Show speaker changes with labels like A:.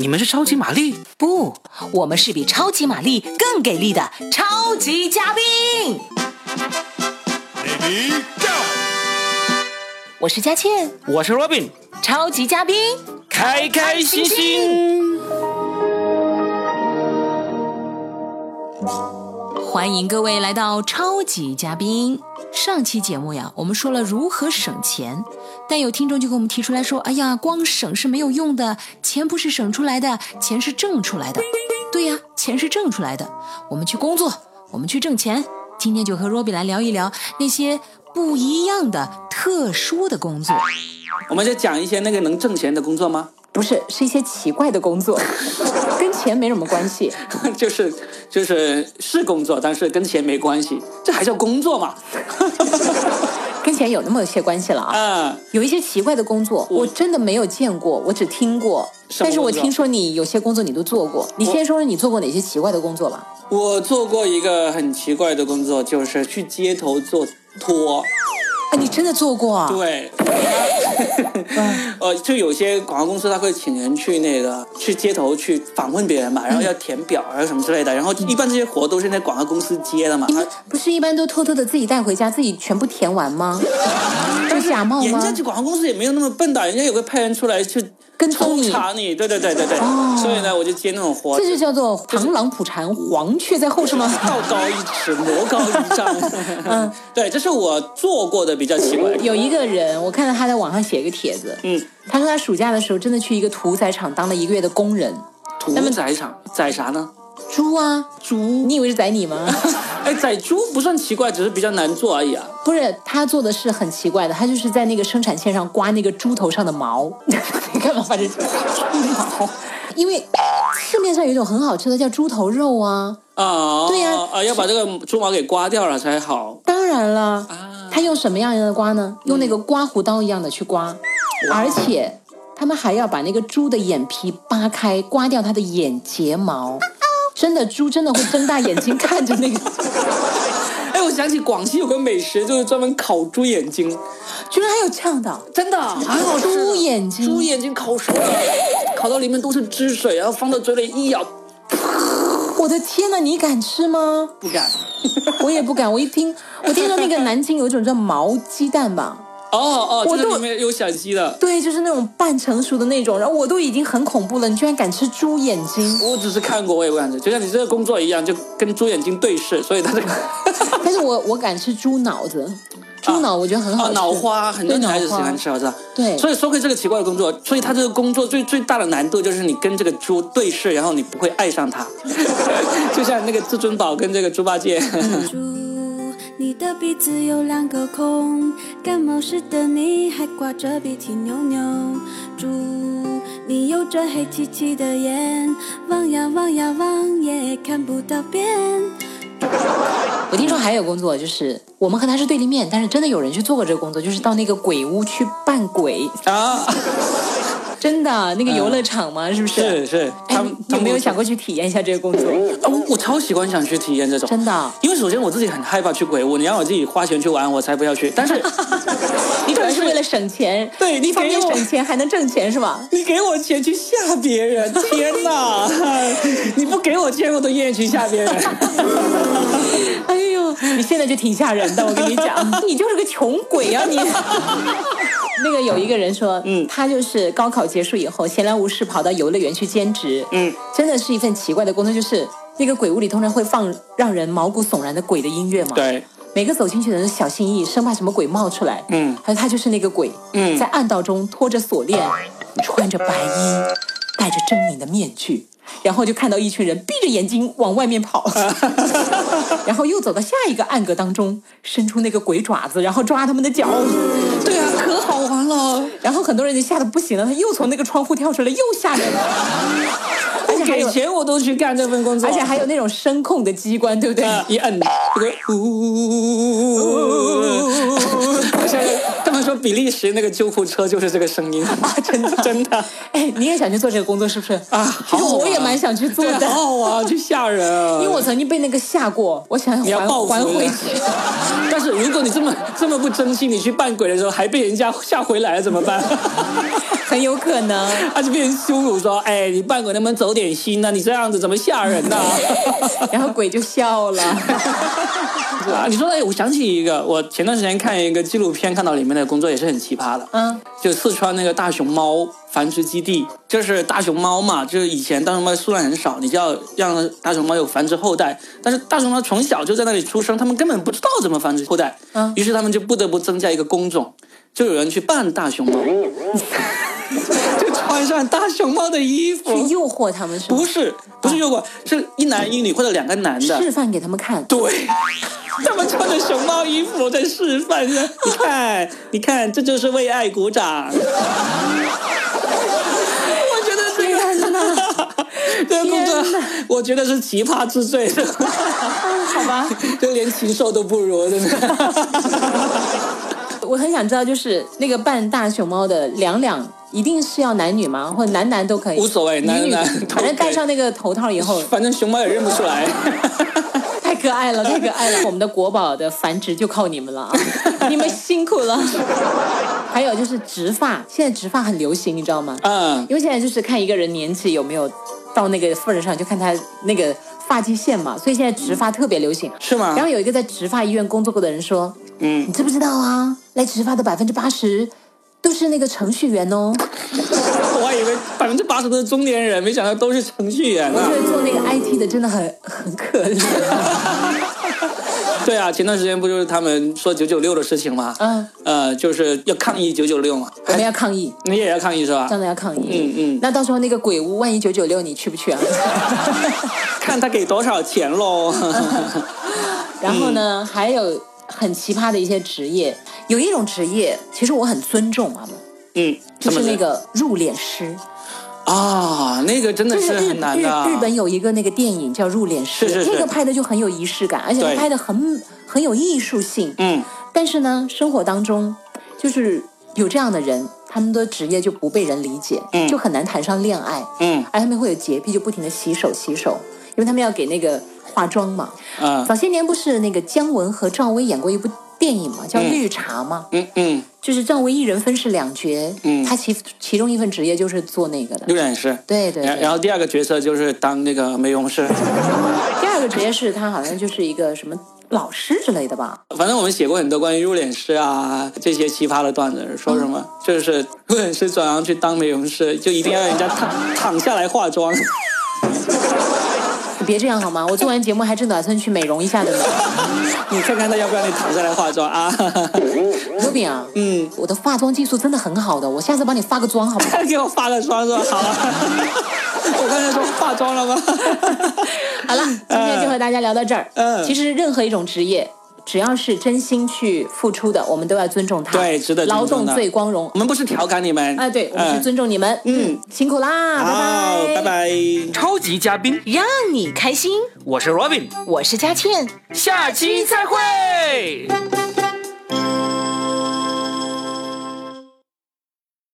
A: 你们是超级玛丽？
B: 不，我们是比超级玛丽更给力的超级嘉宾。
C: Ready go！
B: 我是佳倩，
A: 我是 Robin，
B: 超级嘉宾。
A: 开开心心。
B: 欢迎各位来到超级嘉宾。上期节目呀，我们说了如何省钱，但有听众就给我们提出来说：“哎呀，光省是没有用的，钱不是省出来的，钱是挣出来的。”对呀，钱是挣出来的，我们去工作，我们去挣钱。今天就和 Robby 来聊一聊那些不一样的、特殊的工作。
A: 我们就讲一些那个能挣钱的工作吗？
D: 不是，是一些奇怪的工作， 跟钱没什么关系。
A: 就是就是是工作，但是跟钱没关系，这还叫工作吗？
D: 跟钱有那么些关系了啊。
A: 啊，
D: 有一些奇怪的工作，
A: 我
D: 我真的没有见过，我只听过。
A: 什么
D: 但是我
A: 工作
D: 听说你有些工作你都做
A: 嗯
D: 过，你先说说你做过哪些奇怪的工作吧。啊
A: 我做过一个很奇怪的工作，就是去街头做托。
D: 哎，你真的做过啊？
A: 嗯对， 呃，就有些广告公司他会请人去那个去街头去访问别人嘛，然后要填表啊什么之类的，然后一般这些活都是那广告公司接的嘛。
D: 你们不是一般都偷偷的自己带回家，自己全部填完 吗？就假冒
A: 人
D: 吗
A: 家？这广告公司也没有那么笨的，人家有个派人出来去
D: 跟
A: 抽
D: 踪你哦
A: 查你，对对对对对，所以呢，我就接那种活
D: 这，就叫做螳螂捕蝉，黄雀在后是 吗？
A: 道高一尺，魔高一丈。 嗯， 对，这是我做过的比较奇怪的。
D: 有一个人，我看到他在网上写一个帖子，
A: 嗯，
D: 他说他暑假的时候真的去一个屠宰场当了一个月的工人，
A: 屠宰场宰啥呢？
D: 猪啊，
A: 猪，
D: 你以为是宰你吗？
A: 哎，宰猪不算奇怪，只是比较难做而已啊。
D: 不是，他做的是很奇怪的，他就是在那个生产线上刮那个猪头上的毛， 你干嘛把这猪毛？因为市面上有一种很好吃的叫猪头肉啊，
A: 啊，
D: 对呀
A: 啊，要把这个猪毛给刮掉了才好。
D: 当然了
A: 啊，
D: 他用什么样的刮呢？用那个刮胡刀一样的去刮，而且他们还要把那个猪的眼皮扒开，刮掉它的眼睫毛。真的，猪真的会睁大眼睛看着那个，
A: 哎，我想起广西有个美食，就是专门烤猪眼睛，
D: 居然还有这样的啊
A: 真的很好吃的。
D: 猪眼睛
A: 猪眼睛烤熟了，烤到里面都是汁水，然后放到嘴里一咬，
D: 我的天呐，你敢吃吗？
A: 不敢。
D: 我也不敢。我一听，我听说那个南京有一种叫毛鸡蛋吧，
A: 哦哦，
D: 我
A: 这个
D: 都
A: 里面有小鸡的。
D: 对，就是那种半成熟的那种，然后我都已经很恐怖了，你居然敢吃猪眼睛？
A: 我只是看过，我也不敢吃，就像你这个工作一样，就跟猪眼睛对视，所以它这个
D: 但是我我敢吃猪脑子，猪哦脑我觉得很好
A: 啊
D: 吃。
A: 脑花，很多
D: 对
A: 女
D: 脑
A: 孩子喜
D: 花
A: 欢吃，我知道。
D: 对
A: 所以说回这个奇怪的工作，所以他这个工作最最大的难度就是你跟这个猪对视，然后你不会爱上它， 就像那个至尊宝跟这个猪八戒。
D: 嗯
E: 猪，你的鼻子有两个孔，感冒时的你还挂着鼻涕牛牛。猪，你有着黑漆漆的眼，望呀望呀望也看不到边。
D: 我听说还有工作，就是我们和他是对立面，但是真的有人去做过这个工作，就是到那个鬼屋去扮鬼，
A: 啊，
D: 真的那个游乐场嘛，是不是？
A: 是是，
D: 哎
A: 嗯他们
D: 你
A: 他
D: 有
A: 们
D: 没有
A: 会
D: 想过去体验一下这个工作？
A: 啊我我超喜欢想去体验这种，
D: 真的
A: 因为首先我自己很害怕去鬼屋，你让我自己花钱去玩，我才不要去。但是你
D: 主
A: 可
D: 要
A: 能
D: 是为了省钱，
A: 对你
D: 一方
A: 给
D: 面
A: 我
D: 省钱还能挣钱是吧？
A: 你给我钱去吓别 人，天哪！你不给我钱，我都愿意去吓别人。
D: 哎呦，你现在就挺吓人的，我跟你讲， 你就是个穷鬼啊你。 那个有一个人说，
A: 嗯
D: 他就是高考结束以后闲来无事跑到游乐园去兼职，
A: 嗯，
D: 真的是一份奇怪的工作，就是那个鬼屋里通常会放让人毛骨悚然的鬼的音乐嘛，，
A: 对，
D: 每个走进去的人都小心翼翼，生怕什么鬼冒出来，
A: 嗯，
D: 还有他就是那个鬼，
A: 嗯
D: 在暗道中拖着锁链，穿着白衣，戴着狰狞的面具，然后就看到一群人闭着眼睛往外面 跑，然后又走到下一个暗格当中，伸出那个鬼爪子，然后抓他们的脚，
A: 对啊，可好玩了。
D: 然后很多人就吓得不行了，他又从那个窗户跳出来，又吓人 了，而且还
A: 给
D: 有，
A: 钱我都去干这份工作，
D: 而且还有那种声控的机关，对不对？
A: 呃一摁这个呜，像他们说比利时那个救护车就是这个声音 啊，真的真的
D: 哎，你也想去做这个工作是不是？
A: 啊，
D: 其
A: 好
D: 实
A: 好玩
D: 我也蛮想去做
A: 对啊
D: 的。
A: 哎好好玩，去吓人啊。
D: 因为我曾经被那个吓过，我想
A: 你要
D: 还
A: 报复
D: 还回
A: 人
D: 去。
A: 但 是如果你这么这么不珍惜，你去扮鬼的时候还被人家吓回来了怎么办？
D: 很有可能。
A: 他就变成羞辱说：“哎，你扮鬼能不能走点心呢、你这样子怎么吓人 呢、
D: 然后鬼就笑 了。
A: 啊，你说，哎，我想起一个，我前段时间看一个纪录片，看到里面的工作也是很奇葩的。
D: 嗯，
A: 就四川那个大熊猫繁殖基地，就是大熊猫嘛，就是以前大熊猫数量很少，你就要让大熊猫有繁殖后代，但是大熊猫从小就在那里出生，他们根本不知道怎么繁殖后代，
D: 嗯
A: 于是他们就不得不增加一个工种，就有人去扮大 熊猫， 就穿上大熊猫的衣
D: 去
A: 服，
D: 诱惑他们是吗
A: 不是不是诱惑，是一男一女或者两个男的，
D: 示范给他们看，
A: 对， 他们穿着熊猫衣服在示范， 你看，你看，这就是为爱鼓 掌。我觉得这个 这个工作
D: 天，
A: 我觉得是奇葩之 最，
D: 好 吧？
A: 就连禽兽都不如， 真的。
D: 我很想知道，就是那个扮大熊猫的两两，一定是要男女吗？或者男男都可以？
A: 无所谓
D: 女女
A: 男男都
D: 反正戴上那个头套以后，
A: 反正熊猫也认不出 来。
D: 太可爱了，太可爱了！我们的国宝的繁殖就靠你们了 啊，你们辛苦了。 还有就是植发，现在植发很流行，你知道吗？
A: 嗯，
D: 因为现在就是看一个人年纪有没有到那个份儿上，就看他那个发际线嘛。所以现在植发特别流行。
A: 是吗
D: 然？后有一个在植发医院工作过的人说：“
A: 嗯
D: 你，知不知道啊？来植发的百分之八十都是那个程序员哦，
A: 我还以为百分之八十都是中年人，没想到都是程序员
D: 我
A: 啊
D: 觉。得做那个 IT 的真的很很可 怜、
A: 对啊，前段时间不就是他们说九九六的事情吗？
D: 嗯，
A: 呃，就是要抗议九九六嘛。
D: 我们要抗议，
A: 你也要抗议是吧？
D: 真的要抗议。
A: 嗯嗯嗯
D: 那到时候那个鬼屋，万一九九六，你去不 去啊？
A: 看他给多少钱喽。
D: 嗯然后呢，
A: 嗯
D: 还有很奇葩的一些职业，有一种职业，其实我很尊重啊他们，
A: 嗯，
D: 就
A: 什么
D: 是
A: 事
D: 那个入殓师。
A: 啊，那个真的
D: 就是
A: 是
D: 日
A: 很难的啊。
D: 日日本有一个那个电影叫《入殓师》，
A: 是是是
D: 这个拍的就很有仪式感，而且它
A: 对
D: 拍的很很有艺术性。
A: 嗯，
D: 但是呢，生活当中就是有这样的人，他们的职业就不被人理解，
A: 嗯
D: 就很难谈上恋爱。
A: 嗯
D: 而他们会有洁癖，就不停的洗手洗手，因为他们要给那个化妆嘛。
A: 啊，
D: 早些年不是那个姜文和赵薇演过一部电影嘛，叫《
A: 嗯
D: 绿茶》嘛，
A: 嗯嗯，
D: 就是赵薇一人分饰两角，
A: 嗯
D: 她其其中一份职业就是做那个的。
A: 有点是。
D: 对对对，
A: 然然后第二个角色就是当那个美容师，
D: 第二个职业是他好像就是一个什么老师之类的吧？
A: 反正我们写过很多关于入殓师啊这些奇葩的段子，说什么、
D: 嗯
A: 就是入殓师转行去当美容师，就一定要让人家躺躺下来化妆。
D: 你别这样好吗？我做完节目还正打算去美容一下的呢。
A: 你看看他要不要你躺下来化妆啊？
D: 刘饼啊，
A: 嗯，
D: 我的化妆技术真的很好的，我下次帮你化个妆好 吗？
A: 给我化个妆说好、啊。 我刚才说化妆了吗？呃
D: 好了，今天 就和大家聊到这儿。
A: 嗯
D: 其实任何一种职业，只要是真心去付出的，我们都要尊重他。
A: 对值得尊重的
D: 劳动最光荣
A: 我。们不是调侃你们
D: 啊，对，我们是尊重你们。
A: 嗯，
D: 辛苦啦，拜
A: 好，
D: 拜，
A: 拜。拜。
C: 超级嘉宾，
B: 让你开心。
C: 我是 Robin，
B: 我是佳倩。
C: 下期再会。